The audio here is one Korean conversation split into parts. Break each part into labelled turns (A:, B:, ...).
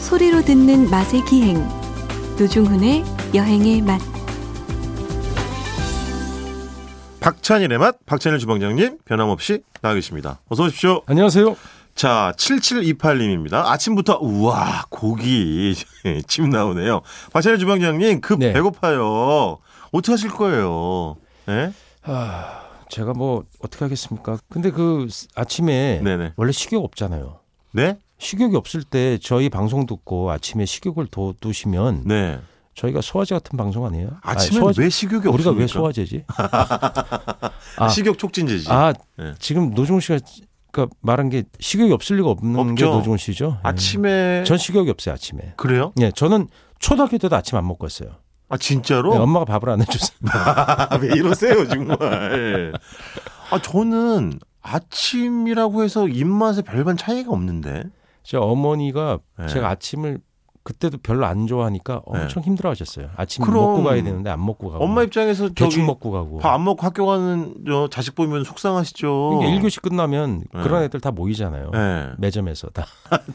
A: 소리로 듣는 맛의 기행 노중훈의 여행의 맛
B: 박찬일의 맛, 박찬일 주방장님 변함없이 나와 계십니다. 어서 오십시오.
C: 안녕하세요.
B: 자, 7728님입니다. 아침부터 우와 고기 침 나오네요. 박찬일 주방장님 급
C: 네.
B: 배고파요. 어떻게 하실 거예요? 네?
C: 아, 제가 뭐 어떻게 하겠습니까? 근데 그 스- 아침에
B: 네네.
C: 원래 식욕 없잖아요.
B: 네?
C: 식욕이 없을 때 저희 방송 듣고 아침에 식욕을 돋우시면
B: 네.
C: 저희가 소화제 같은 방송 아니에요? 아니,
B: 아침에
C: 소화제-
B: 왜 식욕이
C: 우리가
B: 없습니까?
C: 왜 소화제지? 아.
B: 식욕 촉진제지. 아.
C: 아
B: 네.
C: 지금 노종훈 씨가 그 말한 게 식욕이 없을 리가 없는 게
B: 없죠.
C: 노종훈 씨죠? 예.
B: 침에
C: 전 식욕이 없어요 아침에.
B: 그래요?
C: 예, 저는 초등학교 때도 아침 안 먹었어요.
B: 아 진짜로?
C: 네, 엄마가 밥을 안 해줬어요.
B: 아, 왜 이러세요 정말? 아 저는 아침이라고 해서 입맛에 별반 차이가 없는데.
C: 제 어머니가
B: 네.
C: 제가 아침을 그때도 별로 안 좋아하니까 엄청 힘들어하셨어요. 아침
B: 그럼.
C: 먹고 가야 되는데 안 먹고 가고
B: 엄마 입장에서 저기
C: 어. 대충 먹고 가고.
B: 밥 안 먹고 학교 가는 저 자식 보면 속상하시죠.
C: 뭐. 그러니까 1교시 끝나면
B: 네.
C: 그런 애들 다 모이잖아요.
B: 네.
C: 매점에서 다.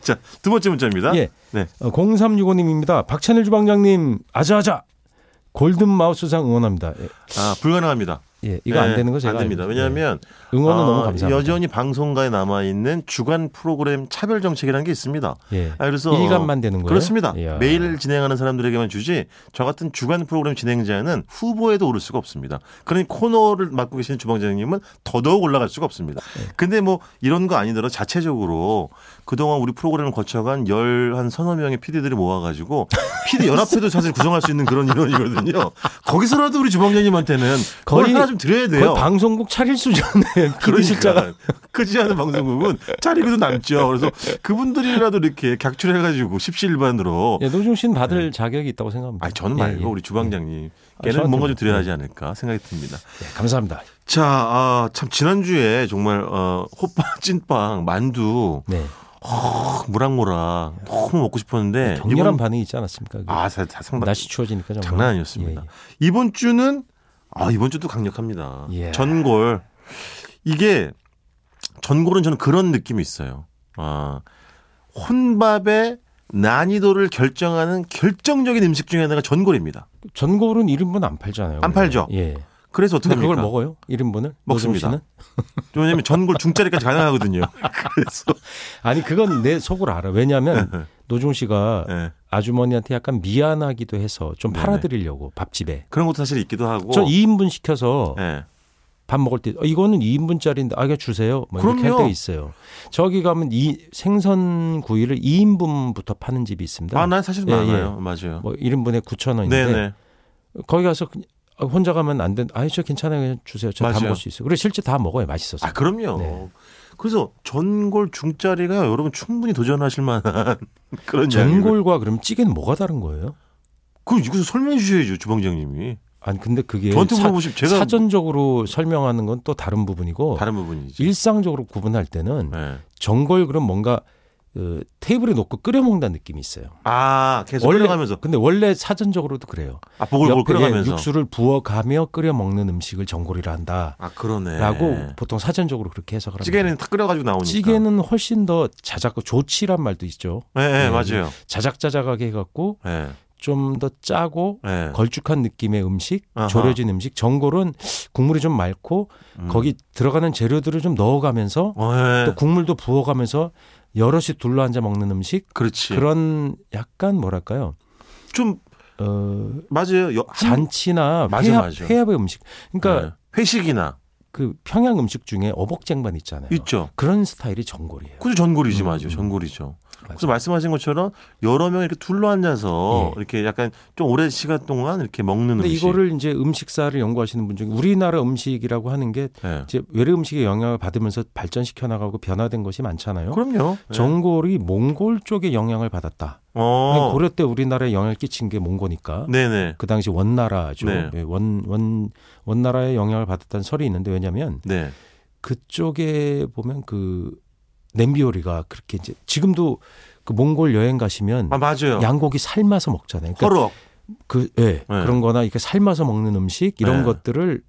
B: 자, 두 번째 문자입니다.
C: 예.
B: 네.
C: 어, 0365님입니다. 박찬일 주방장님 아자아자 골든 마우스상 응원합니다. 예,
B: 아, 불가능합니다.
C: 예, 이거 안
B: 네,
C: 되는 거 제가
B: 안 됩니다.
C: 알고 있어요.
B: 왜냐하면
C: 예. 응원은
B: 아,
C: 너무 감사합니다.
B: 여전히 방송가에 남아 있는 주간 프로그램 차별 정책이라는 게 있습니다.
C: 예.
B: 아, 그래서
C: 일간만 되는 거예요.
B: 그렇습니다.
C: 이야.
B: 매일 진행하는 사람들에게만 주지 저 같은 주간 프로그램 진행자는 후보에도 오를 수가 없습니다. 그러니 코너를 맡고 계시는 주방장님은 더더욱 올라갈 수가 없습니다.
C: 네.
B: 근데 뭐 이런 거 아니더라도 자체적으로 그동안 우리 프로그램을 거쳐간 열한 서너 명의 PD들이 모아가지고 PD 연합회도 사실 구성할 수 있는 그런 인원이거든요. 거기서라도 우리 주방장님한테는 거의
C: 거의-
B: 하나 좀 드려야
C: 거의
B: 돼요.
C: 방송국 차릴 수준의 PD 실자가
B: 그러니까 크지 않은 방송국은 자리고도 남죠. 그래서 그분들이라도 이렇게 객출해가지고 십시일반으로.
C: 예, 노중 씨는 받을 자격이 있다고
B: 네.
C: 생각합니다.
B: 아니 저는
C: 예,
B: 말고
C: 예.
B: 우리 주방장님
C: 아,
B: 걔는
C: 저한테
B: 뭔가 좀 드려야
C: 뭐,
B: 하지 않을까 생각이 듭니다.
C: 예, 감사합니다.
B: 자, 아, 참 지난주에 정말 어, 호빵, 찐빵, 만두
C: 네.
B: 막 모락모락 너무 먹고 싶었는데
C: 아, 격렬한 반응이 있지 않았습니까? 그게?
B: 아, 자, 자, 상당
C: 날씨 추워지니까 정말. 예,
B: 장난 아니었습니다. 이번 주는 아 이번 주도 강력합니다.
C: 예.
B: 전골 이게 전골은 저는 그런 느낌이 있어요. 아 혼밥의 난이도를 결정하는 결정적인 음식 중에 하나가 전골입니다.
C: 예. 전골은 1인분 안 팔잖아요.
B: 안
C: 그래서.
B: 팔죠?
C: 예.
B: 그래서 어떻게
C: 근데
B: 합니까?
C: 그걸 먹어요? 1인분을?
B: 먹습니다. 왜냐면 전골 중짜리까지 가능하거든요. 그래서
C: 아니 그건 내 속을 알아.
B: 네.
C: 왜냐하면 노중 씨가
B: 예.
C: 아주머니한테 약간 미안하기도 해서 좀
B: 네네.
C: 팔아드리려고 밥집에.
B: 그런 것도 사실 있기도 하고.
C: 저 2인분 시켜서
B: 예.
C: 밥 먹을 때 어, 이거는 2인분짜리인데 아 이거 주세요. 뭐 이렇게 할
B: 그럼요.
C: 때 있어요. 저기 가면 이 생선 구이를 2인분부터 파는 집이 있습니다.
B: 아, 난 사실
C: 예,
B: 많아요. 맞아요.
C: 뭐 1인분에 9,000원인데
B: 네네.
C: 거기 가서 그냥 아, 혼자 가면 안 된. 아저 괜찮아요. 그냥 주세요. 저 다
B: 맞아요.
C: 먹을 수 있어요. 그리고 실제 다 먹어요. 맛있어서.
B: 아, 그럼요.
C: 네.
B: 그래서 전골 중짜리가 여러분 충분히 도전하실 만한 그런 양이고.
C: 전골과 그럼 찌개는 뭐가 다른 거예요?
B: 그럼 이것을 설명해 주셔야죠, 주방장님이.
C: 아니 근데 그게
B: 저한테
C: 예, 사-
B: 물어보시면 제가
C: 사전적으로 설명하는 건 또 다른 부분이고
B: 다른 부분이지.
C: 일상적으로 구분할 때는
B: 네.
C: 전골 그럼 뭔가 그 테이블에 놓고 끓여 먹는다는 느낌이 있어요.
B: 아, 계속 끓여가면서.
C: 근데 원래 사전적으로도 그래요.
B: 아, 보글보글
C: 옆에 예,
B: 끓여가면서.
C: 육수를 부어가며 끓여 먹는 음식을 전골이라 한다라고
B: 아, 그러네.
C: 보통 사전적으로 그렇게 해석을 합니다.
B: 찌개는 다 끓여가지고 나오니까.
C: 찌개는 훨씬 더 자작고 조치란 말도 있죠.
B: 예, 예,
C: 네.
B: 맞아요.
C: 자작자작하게 해갖고
B: 예.
C: 좀 더 짜고
B: 예.
C: 걸쭉한 느낌의 음식,
B: 아하.
C: 졸여진 음식, 전골은 국물이 좀 맑고
B: 음.
C: 거기 들어가는 재료들을 좀 넣어가면서
B: 어, 예.
C: 또 국물도 부어가면서 여럿이 둘러앉아 먹는 음식
B: 그렇지.
C: 그런 약간 뭐랄까요
B: 좀
C: 어,
B: 맞아요. 여- 한-
C: 잔치나
B: 맞아,
C: 회합,
B: 맞아.
C: 회합의 음식 그러니까
B: 네. 회식이나
C: 그 평양 음식 중에 어복쟁반 있잖아요
B: 있죠.
C: 그런 스타일이 전골이에요
B: 그죠 전골이지
C: 네. 음,
B: 맞아요.
C: 음.
B: 전골이죠. 그래서
C: 맞아요.
B: 말씀하신 것처럼 여러 명 이렇게 둘러 앉아서
C: 예.
B: 이렇게 약간 좀 오랜 시간 동안 이렇게 먹는
C: 근데
B: 음식.
C: 이거를 이제 음식사를 연구하시는 분 중에 우리나라 음식이라고 하는 게
B: 예.
C: 이제 외래 음식의 영향을 받으면서 발전시켜 나가고 변화된 것이 많잖아요 네.
B: 그럼요. 예.
C: 전골이 몽골 쪽에 영향을 받았다
B: 어.
C: 고려 때 우리나라에 영향을 끼친 게 몽고니까
B: 네네.
C: 그 당시 원나라죠.
B: 네.
C: 예, 원, 원, 원나라의 영향을 받았다는 설이 있는데 왜냐하면
B: 네.
C: 그쪽에 보면 그 냄비 요리가 그렇게 이제 지금도 그 몽골 여행 가시면
B: 아 맞아요.
C: 양고기 삶아서 먹잖아요. 그러니까
B: 허럭.
C: 그, 예, 그런 거나 이렇게 삶아서 먹는 음식 이런
B: 네.
C: 것들을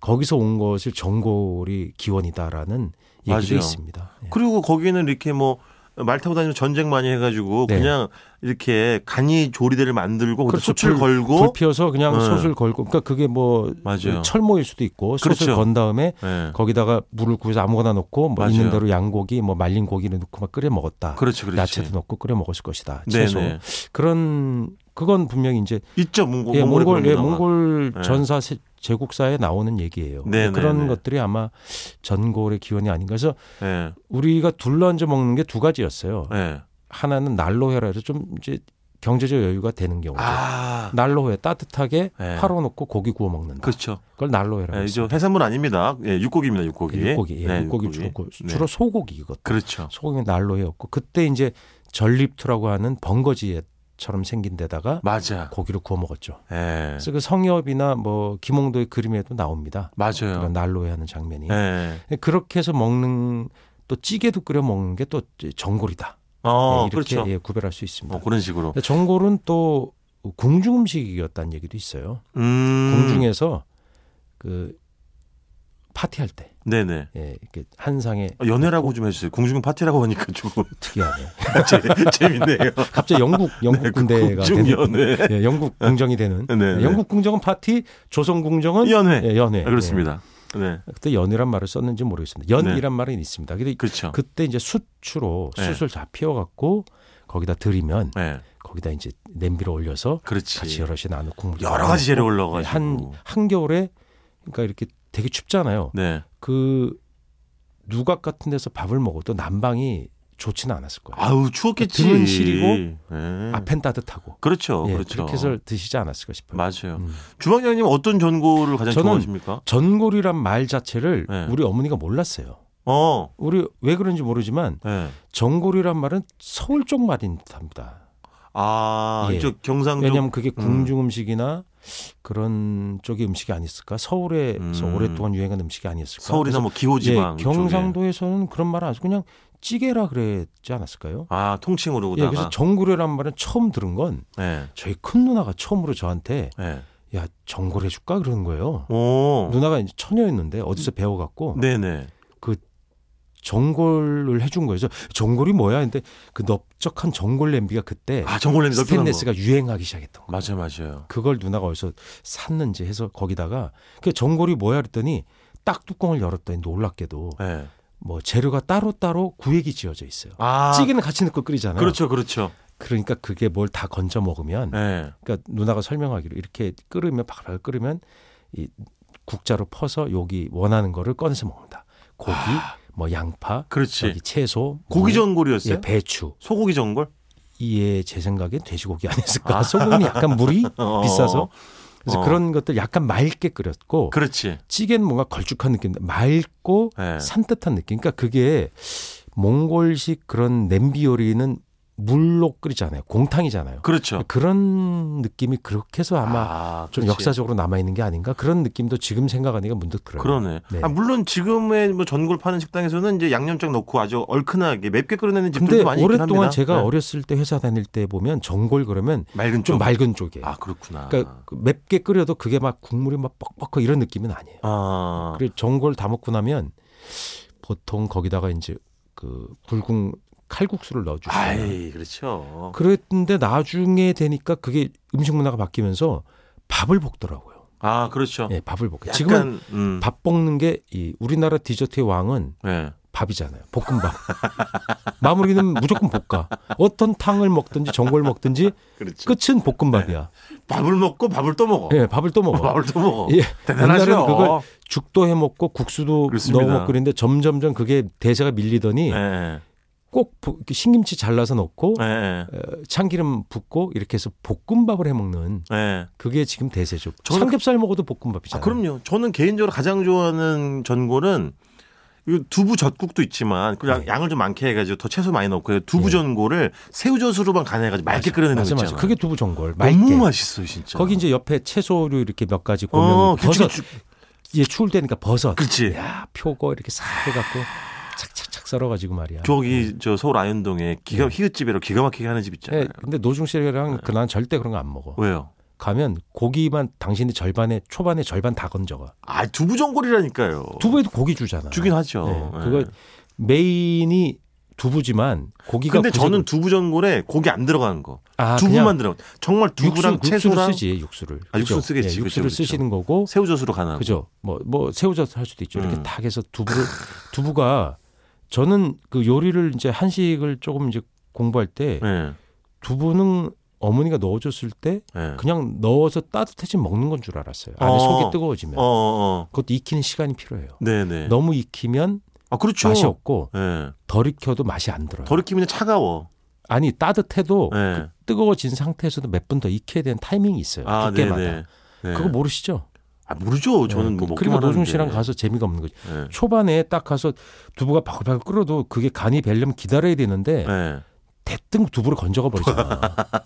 C: 거기서 온 것을 전골이 기원이다라는 얘기도
B: 맞아요.
C: 있습니다. 예.
B: 그리고 거기는 이렇게 뭐 말 타고 다니면 전쟁 많이 해가지고
C: 네.
B: 그냥 이렇게 간이 조리대를 만들고 거기다
C: 그렇죠.
B: 솥을
C: 불- 불
B: 걸고
C: 피워서 그냥
B: 네.
C: 솥을 걸고 그러니까 그게 뭐
B: 맞아요.
C: 철모일 수도 있고 솥을
B: 그렇죠.
C: 건 다음에
B: 예.
C: 거기다가 물을 구해서 아무거나 넣고 뭐
B: 맞아요.
C: 있는 대로 양고기 뭐 말린 고기를 넣고 막 끓여 먹었다.
B: 그렇지 그렇지.
C: 야채도 넣고 끓여 먹었을 것이다. 채소
B: 네네.
C: 그런 그건 분명히 이제
B: 있죠 몽골
C: 예,
B: 몽골에
C: 몽골
B: 그런
C: 예,
B: 문화가.
C: 몽골
B: 네.
C: 전사 세- 제국사에 나오는 얘기예요.
B: 네,
C: 그런
B: 네, 네.
C: 것들이 아마 전골의 기원이 아닌가 해서
B: 예.
C: 우리가 둘러앉아 먹는 게 두 가지였어요.
B: 예.
C: 하나는 난로 회라 해서 좀 이제 경제적 여유가 되는 경우죠.
B: 아
C: 난로 회 따뜻하게
B: 네.
C: 팔어 놓고 고기 구워 먹는다. 그,
B: 그렇죠.
C: 걸 난로 회라고
B: 예,
C: 해요.
B: 이거 해산물 아닙니다. 예, 육고기입니다. 육고기.
C: 육고기, 예,
B: 네,
C: 육고기,
B: 육고기.
C: 주로 고-
B: 네.
C: 주로 소고기거든.
B: 그렇죠.
C: 소고기 난로 회였고 그때 이제 전립투라고 하는 번거지처럼 생긴 데다가
B: 맞아.
C: 고기를 구워 먹었죠.
B: 예.
C: 그래서 그 성엽이나 뭐 김홍도의 그림에도 나옵니다. 그러니까
B: 맞아요.
C: 난로에 하는 장면이
B: 예.
C: 그렇게 해서 먹는 또 찌개도 끓여 먹는 게 또 전골이다
B: 어,
C: 네, 이렇게
B: 그렇죠.
C: 예, 구별할 수 있습니다.
B: 뭐 그런 식으로.
C: 근데 전골은 또 궁중 음식이었다는 얘기도 있어요.
B: 음.
C: 네. 궁중에서 그 파티할 때
B: 네네.
C: 예, 이렇게 한 상에
B: 아,
C: 네.
B: 연애라고 좀 해주세요. 궁중 파티라고 하니까 조금
C: 특이하네.
B: 재- 재밌네요. 네,
C: 갑자기 영국 영국 군대가
B: 궁중
C: 되는
B: 연애.
C: 예, 영국 궁정이 되는
B: 네, 네.
C: 영국 궁정은 파티, 조선 궁정은
B: 연회.
C: 예, 연회.
B: 아, 그렇습니다. 네.
C: 예. 그때 연회란 말을 썼는지 모르겠습니다. 연이란 말은 있습니다. 근데
B: 그렇죠.
C: 그때 이제 수추로
B: 네.
C: 숯을 다 피워갖고 거기다 들이면
B: 네.
C: 거기다 이제 냄비로 올려서
B: 그렇지.
C: 같이 여럿이 나누고 국물
B: 여러 가지 재료 올라가지고.
C: 어, 한 한겨울에 그러니까 이렇게 되게 춥잖아요.
B: 네.
C: 그 누각 같은 데서 밥을 먹어도 난방이 좋지는 않았을 거예요.
B: 아우 추웠겠지.
C: 등은 시리고
B: 네.
C: 앞엔 따뜻하고
B: 그렇죠.
C: 예,
B: 그렇죠.
C: 그렇게 해서 드시지 않았을까 싶어요.
B: 맞아요.
C: 음.
B: 주방장님 어떤 전골을 가장
C: 저는-
B: 좋아하십니까?
C: 전골이란 말 자체를
B: 네.
C: 우리 어머니가 몰랐어요.
B: 어.
C: 우리 왜 그런지 모르지만
B: 네.
C: 전골이란 말은 서울 쪽 말인 듯합니다.
B: 아,
C: 예.
B: 이쪽 음. 경상도
C: 왜냐하면 그게 궁중 음식이나 그런 쪽의 음식이 아니었을까? 서울에서
B: 음.
C: 오랫동안 유행한 음식이 아니었을까?
B: 서울이나
C: 그래서
B: 뭐 기호지방
C: 예,
B: 쪽에.
C: 경상도에서는 그런 말을 아주 그냥 찌개라 그랬지 않았을까요?
B: 아, 통칭으로
C: 예,
B: 다가
C: 그래서 정구려란 말은 처음 들은 건
B: 네.
C: 저희 큰 누나가 처음으로 저한테
B: 네.
C: 야 정골 해줄까 그러는 거예요.
B: 오.
C: 누나가 이제 처녀였는데 어디서 배워갖고
B: 어. 음. 네네.
C: 정골을 해준 거예요. 그래서 정골이 뭐야? 근데 그 넓적한 정골 냄비가 그때
B: 아, 전골 냄새 가
C: 스테인레스가 유행하기 시작했던 거.
B: 맞아, 맞아요.
C: 그걸 누나가 어디서 샀는지 해서 거기다가 그 전골이 뭐야 그랬더니 딱 뚜껑을 열었더니 놀랍게도
B: 네.
C: 뭐 재료가 따로따로 구획이 지어져 있어요.
B: 아,
C: 찌개는 같이 넣고 끓이잖아요.
B: 그렇죠, 그렇죠.
C: 러니까 그게 뭘 다 건져 먹으면
B: 네.
C: 그러니까 누나가 설명하기로 이렇게 끓으면 바로 끓으면 이 국자로 퍼서 여기 원하는 거를 꺼내서 먹는다. 고기, 뭐 양파,
B: 아. 그렇지.
C: 여기 채소,
B: 고기
C: 무,
B: 전골이었어요?
C: 예, 배추.
B: 소고기 전골?
C: 이에 제 생각엔 돼지고기 아니었을까. 소금이 약간 물이 비싸서 그래서
B: 어.
C: 그런 것들 약간 맑게 끓였고
B: 그렇지.
C: 찌개는 뭔가 걸쭉한 느낌, 맑고
B: 예.
C: 산뜻한 느낌. 그러니까 그게 몽골식 그런 냄비 요리는 물로 끓이잖아요. 공탕이잖아요.
B: 그렇죠.
C: 그런 느낌이 그렇게 해서 아마
B: 아,
C: 좀
B: 그렇지.
C: 역사적으로 남아 있는 게 아닌가 그런 느낌도 지금 생각하니까 문득 들어요.
B: 그러네.
C: 네.
B: 아, 물론 지금의 뭐 전골 파는 식당에서는 이제 양념장 넣고 아주 얼큰하게 맵게 끓여내는
C: 근데
B: 집들도 많이 있긴 합니다.
C: 오랫동안 제가
B: 네.
C: 어렸을 때 회사 다닐 때 보면 전골 그러면
B: 맑은
C: 좀
B: 쪽.
C: 맑은 쪽이에요.
B: 아, 그렇구나.
C: 그러니까 그 맵게 끓여도 그게 막 국물이 막 뻑뻑하고 이런 느낌은 아니에요.
B: 아,
C: 그리고 전골 다 먹고 나면 보통 거기다가 이제 그 굵은 칼국수를 넣어주잖아요.
B: 아이, 그렇죠.
C: 그랬는데 나중에 되니까 그게 음식 문화가 바뀌면서 밥을 볶더라고요.
B: 아, 그렇죠.
C: 예, 밥을 볶아요.
B: 약간,
C: 지금은
B: 음,
C: 밥 볶는 게 이 우리나라 디저트의 왕은
B: 예.
C: 밥이잖아요. 볶음밥. 마무리는 무조건 볶아. 어떤 탕을 먹든지 전골 먹든지
B: 그렇죠.
C: 끝은 볶음밥이야.
B: 밥을 먹고 밥을 또 먹어.
C: 예, 밥을 또 먹어.
B: 네. 밥을 또 먹어.
C: 예,
B: 대단하죠.
C: 옛날에는 그걸 죽도 해 먹고 국수도
B: 그렇습니다.
C: 넣어 먹고 그랬는데 점점점 그게 대세가 밀리더니
B: 예.
C: 꼭 부- 이렇게 신김치 잘라서 넣고
B: 예. 예.
C: 어, 참기름 붓고 이렇게 해서 볶음밥을 해 먹는
B: 예.
C: 그게 지금 대세죠.
B: 저는
C: 삼겹살 먹어도
B: 아,
C: 볶음밥이잖아요.
B: 그럼요. 저는 개인적으로 가장 좋아하는 전골은 이 두부 젓국도 있지만 그 양-
C: 네.
B: 양을 좀 많게 해가지고 더 채소 많이 넣고 두부
C: 네.
B: 전골을 새우젓으로만 간해가지고 맑게 끓여내는
C: 맞아
B: 거
C: 맞아.
B: 있잖아요.
C: 그게 두부 전골.
B: 너무
C: 맑게.
B: 맛있어요, 진짜.
C: 거기 이제 옆에 채소류 이렇게 몇 가지 고명
B: 어,
C: 버섯.
B: 그치, 그치.
C: 예, 추울 때니까 버섯.
B: 그렇지.
C: 야, 표고 이렇게 싹 해갖고 착착착 썰어가지고 말이야.
B: 저기 저 서울 아현동에 기가
C: 네.
B: 희귀집이라고 기가 막히게 하는 집 있잖아요.
C: 예, 근데 노중 씨랑 그난 절대 그런 거 안 먹어.
B: 네. 왜요?
C: 가면 고기만 당신이 절반에 초반에 절반 다 건져가.
B: 아 두부 전골이라니까요.
C: 두부에도 고기 주잖아.
B: 주긴 하죠.
C: 네,
B: 예.
C: 그거 메인이 두부지만 고기가
B: 근데
C: 구색으로-
B: 저는 두부 전골에 고기 안 들어가는 거.
C: 아,
B: 두부만
C: 그냥
B: 들어. 정말 두부랑
C: 육수,
B: 채소랑
C: 육수를 쓰지 육수를.
B: 아, 육수는
C: 그죠?
B: 쓰겠지.
C: 예,
B: 그죠,
C: 육수를
B: 그죠.
C: 쓰시는 거고
B: 새우젓으로 가나.
C: 그죠. 뭐 뭐 새우젓 할 수도 있죠. 이렇게
B: 아. 음.
C: 탁 해서 두부를 두부가 저는 그 요리를 이제 한식을 조금 이제 공부할 때
B: 예.
C: 두부는 어머니가 넣어줬을 때
B: 예.
C: 그냥 넣어서 따뜻해지면 먹는 건 줄 알았어요. 안에
B: 어.
C: 속이 뜨거워지면
B: 어, 어.
C: 그것도 익히는 시간이 필요해요.
B: 네, 네.
C: 네. 너무 익히면
B: 아, 그렇죠.
C: 맛이 없고
B: 예.
C: 덜 익혀도 맛이 안 들어요.
B: 덜 익히면 차가워.
C: 아니 따뜻해도 그
B: 예.
C: 뜨거워진 상태에서도 몇 분 더 익혀야 되는 타이밍이 있어요.
B: 아, 네,
C: 두께마다.
B: 네. 네.
C: 그거 모르시죠? 네.
B: 아, 모르죠. 저는 뭐 먹기만
C: 그리고 노중 씨랑
B: 하는데.
C: 가서 재미가 없는 거죠.
B: 예.
C: 초반에 딱 가서 두부가 바글바글 끓어도 그게 간이 배려면 기다려야 되는데
B: 예.
C: 대뜸 두부를 건져가 버리잖아.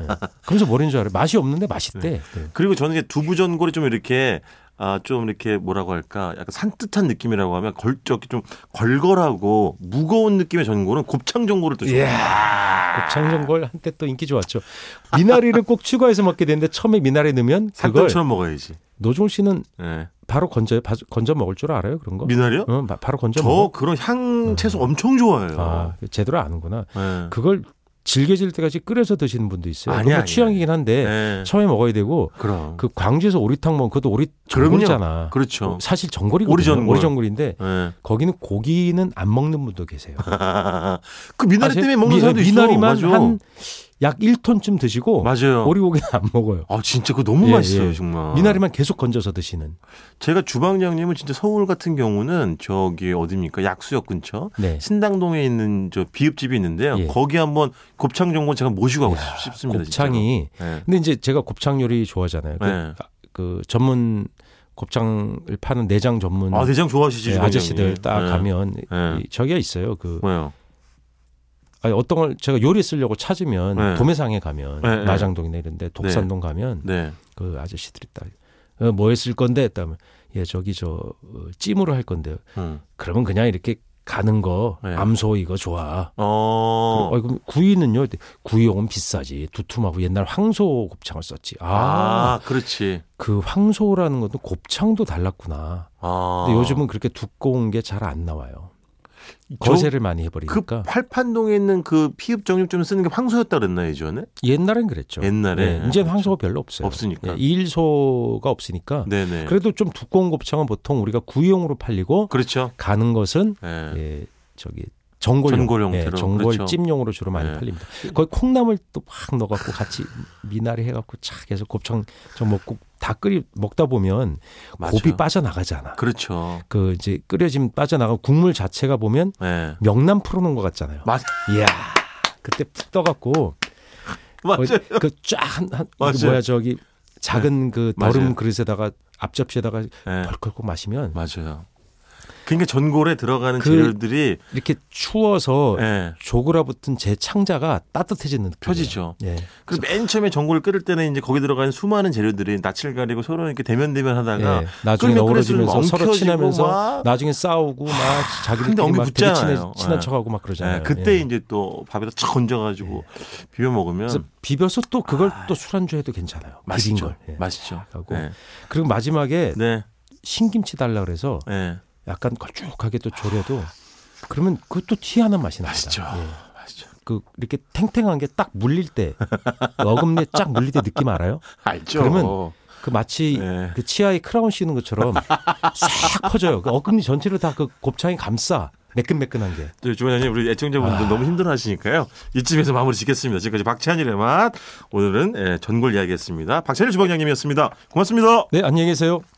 C: 예. 그래서 뭐라는 줄 알아요? 맛이
B: 네.
C: 없는데 맛있대. 예.
B: 그리고 저는 이제 두부 전골이 좀 이렇게 아, 좀 이렇게 뭐라고 할까? 약간 산뜻한 느낌이라고 하면 걸, 저기 좀 걸걸하고 무거운 느낌의 전골은 곱창 전골을 또
C: 예,
B: 좋아해요.
C: 곱창전골 한때 또 인기 좋았죠. 미나리를 꼭 추가해서 먹게 되는데 처음에 미나리 넣으면 그걸
B: 산뜻처럼 먹어야지.
C: 노종 씨는
B: 예.
C: 바로 건져 바- 건져 먹을 줄 알아요 그런 거?
B: 미나리요?
C: 응, 바- 바로 건져
B: 저
C: 어? 먹어. 음.
B: 그런 향 채소 엄청 좋아해요.
C: 아, 제대로 아는구나.
B: 예.
C: 그걸 질겨질 때까지 끓여서 드시는 분도 있어요.
B: 아니야,
C: 그것도
B: 아니야.
C: 취향이긴 한데
B: 예.
C: 처음에 먹어야 되고
B: 그럼.
C: 그 광주에서 오리탕 먹으면 그것도 오리
B: 그럼요.
C: 전골이잖아.
B: 그렇죠.
C: 뭐 사실 전골이거든요.
B: 오리전골.
C: 오리전골인데
B: 예.
C: 거기는 고기는 안 먹는 분도 계세요.
B: 그 미나리
C: 사실
B: 때문에 먹는
C: 미-
B: 사람도
C: 미나리만
B: 있어. 맞아.
C: 한약 1톤쯤 드시고
B: 맞아요.
C: 오리고기는 안 먹어요.
B: 아 진짜 그거 너무
C: 예,
B: 맛있어요
C: 예.
B: 정말.
C: 미나리만 계속 건져서 드시는.
B: 제가 주방장님은 진짜 서울 같은 경우는 저기 어딥니까 약수역 근처
C: 네.
B: 신당동에 있는 저 비읍집이 있는데요.
C: 예.
B: 거기 한번 곱창 전골 제가 모시고 가고
C: 야,
B: 싶습니다.
C: 곱창이
B: 진짜로. 예.
C: 근데 이제 제가 곱창 요리 좋아하잖아요. 그,
B: 네.
C: 그 전문 곱창을 파는 내장 전문
B: 아 대장 좋아하시지
C: 예,
B: 주방장님.
C: 아저씨들 딱
B: 예.
C: 가면
B: 예.
C: 이 저기가 있어요. 그
B: 뭐요?
C: 아니, 어떤 걸 제가 요리 쓰려고 찾으면
B: 네.
C: 도매상에 가면
B: 네, 네.
C: 마장동이나 이런데 독산동 가면
B: 네.
C: 그 아저씨들이 딱 어, 뭐 했을 건데 했다면 예 저기 저 어, 찜으로 할 건데요.
B: 음.
C: 그러면 그냥 이렇게 가는 거
B: 네.
C: 암소 이거 좋아.
B: 어.
C: 어, 그럼 구이는요? 구이용은 비싸지. 두툼하고 옛날 황소 곱창을 썼지. 아,
B: 아, 그렇지.
C: 그 황소라는 것도 곱창도 달랐구나.
B: 아.
C: 근데 요즘은 그렇게 두꺼운 게 잘 안 나와요.
B: 저-
C: 거세를 많이
B: 그
C: 해버리니까.
B: 팔판동에 있는 그 피읍 정육점 쓰는 게 황소였다 그랬나 예전에?
C: 옛날엔 그랬죠. 네,
B: 옛날에. 아, 그렇죠.
C: 이제 는 황소가 별로 없어요.
B: 없으니까.
C: 예, 일소가 없으니까.
B: 네네.
C: 그래도 좀 두꺼운 곱창은 보통 우리가 구이용으로 팔리고
B: 그렇죠.
C: 가는 것은
B: 예.
C: 예, 저기 전골용,
B: 전골
C: 예,
B: 형태로.
C: 전골
B: 그렇죠.
C: 찜용으로 주로 많이
B: 예.
C: 팔립니다. 거기 콩나물 또 팍 넣어갖고 같이 미나리 해갖고 착 해서 곱창 좀 먹고 다 끓이 먹다 보면
B: 맞아요.
C: 곱이 빠져나가잖아.
B: 그렇죠.
C: 그 이제 끓여지면 빠져나가고 국물 자체가 보면
B: 예.
C: 명란 풀어놓은 것 같잖아요.
B: 맞
C: 이야 그때 푹 떠갖고 어,
B: 맞아요.
C: 예. 그쫙한 한, 이거
B: 맞아요. 네.
C: 뭐야 저기 작은 그 더름
B: 맞아요.
C: 그릇에다가 앞접시에다가
B: 예.
C: 벌컥 마시면
B: 맞아요. 그러니까 전골에 들어가는
C: 그- 어.
B: 재료들이
C: 이렇게 추워서
B: 예.
C: 조그라붙은 제 창자가 따뜻해지는 느낌
B: 펴지죠. 네.
C: 예.
B: 그리고 맨 처음에 전골을 끓일 때는 이제 거기 들어가는 수많은 재료들이 낯을 가리고 서로 이렇게 대면대면 하다가
C: 예. 나중에
B: 끓이면
C: 어우러지면서
B: 끓일수록
C: 서로
B: 그러니까 엉켜지고
C: 친하면서
B: 막-
C: 나중에 싸우고 막
B: 근데
C: 자기들끼리
B: 엉이
C: 막 되게 친해,
B: 붙잖아요.
C: 친한
B: 예.
C: 척하고 막 그러잖아요.
B: 예, 그때
C: 예.
B: 이제 또 밥에다 착 얹어가지고 비벼
C: 그래서
B: 먹으면
C: 비벼서 또 그걸 또 술안주 해도 괜찮아요. 비빈
B: 맛있죠.
C: 걸. 예.
B: 맛있죠.
C: 하고.
B: 예.
C: 그리고 마지막에
B: 네.
C: 신김치 달라 그래서
B: 예.
C: 약간 걸쭉하게 또 졸여도 그러면 그것도 희한한 맛이 납니다.
B: 맛있죠.
C: 예.
B: 맛있죠.
C: 그 이렇게 탱탱한 게 딱 물릴 때 어금니에 쫙 물릴 때 느낌 알아요?
B: 알죠.
C: 그러면 그 마치
B: 예.
C: 그 치아에 크라운 씌우는 것처럼 싹 퍼져요. 그 어금니 전체를 다 그 곱창이 감싸 매끈매끈한 게.
B: 저희 네, 주원장님 우리 애청자분들 너무 힘들어하시니까요. 이쯤에서 마무리 짓겠습니다. 지금까지 박찬일의 맛 오늘은 예, 전골 이야기했습니다. 박찬일 주방장님이었습니다. 고맙습니다.
C: 네 안녕히 계세요.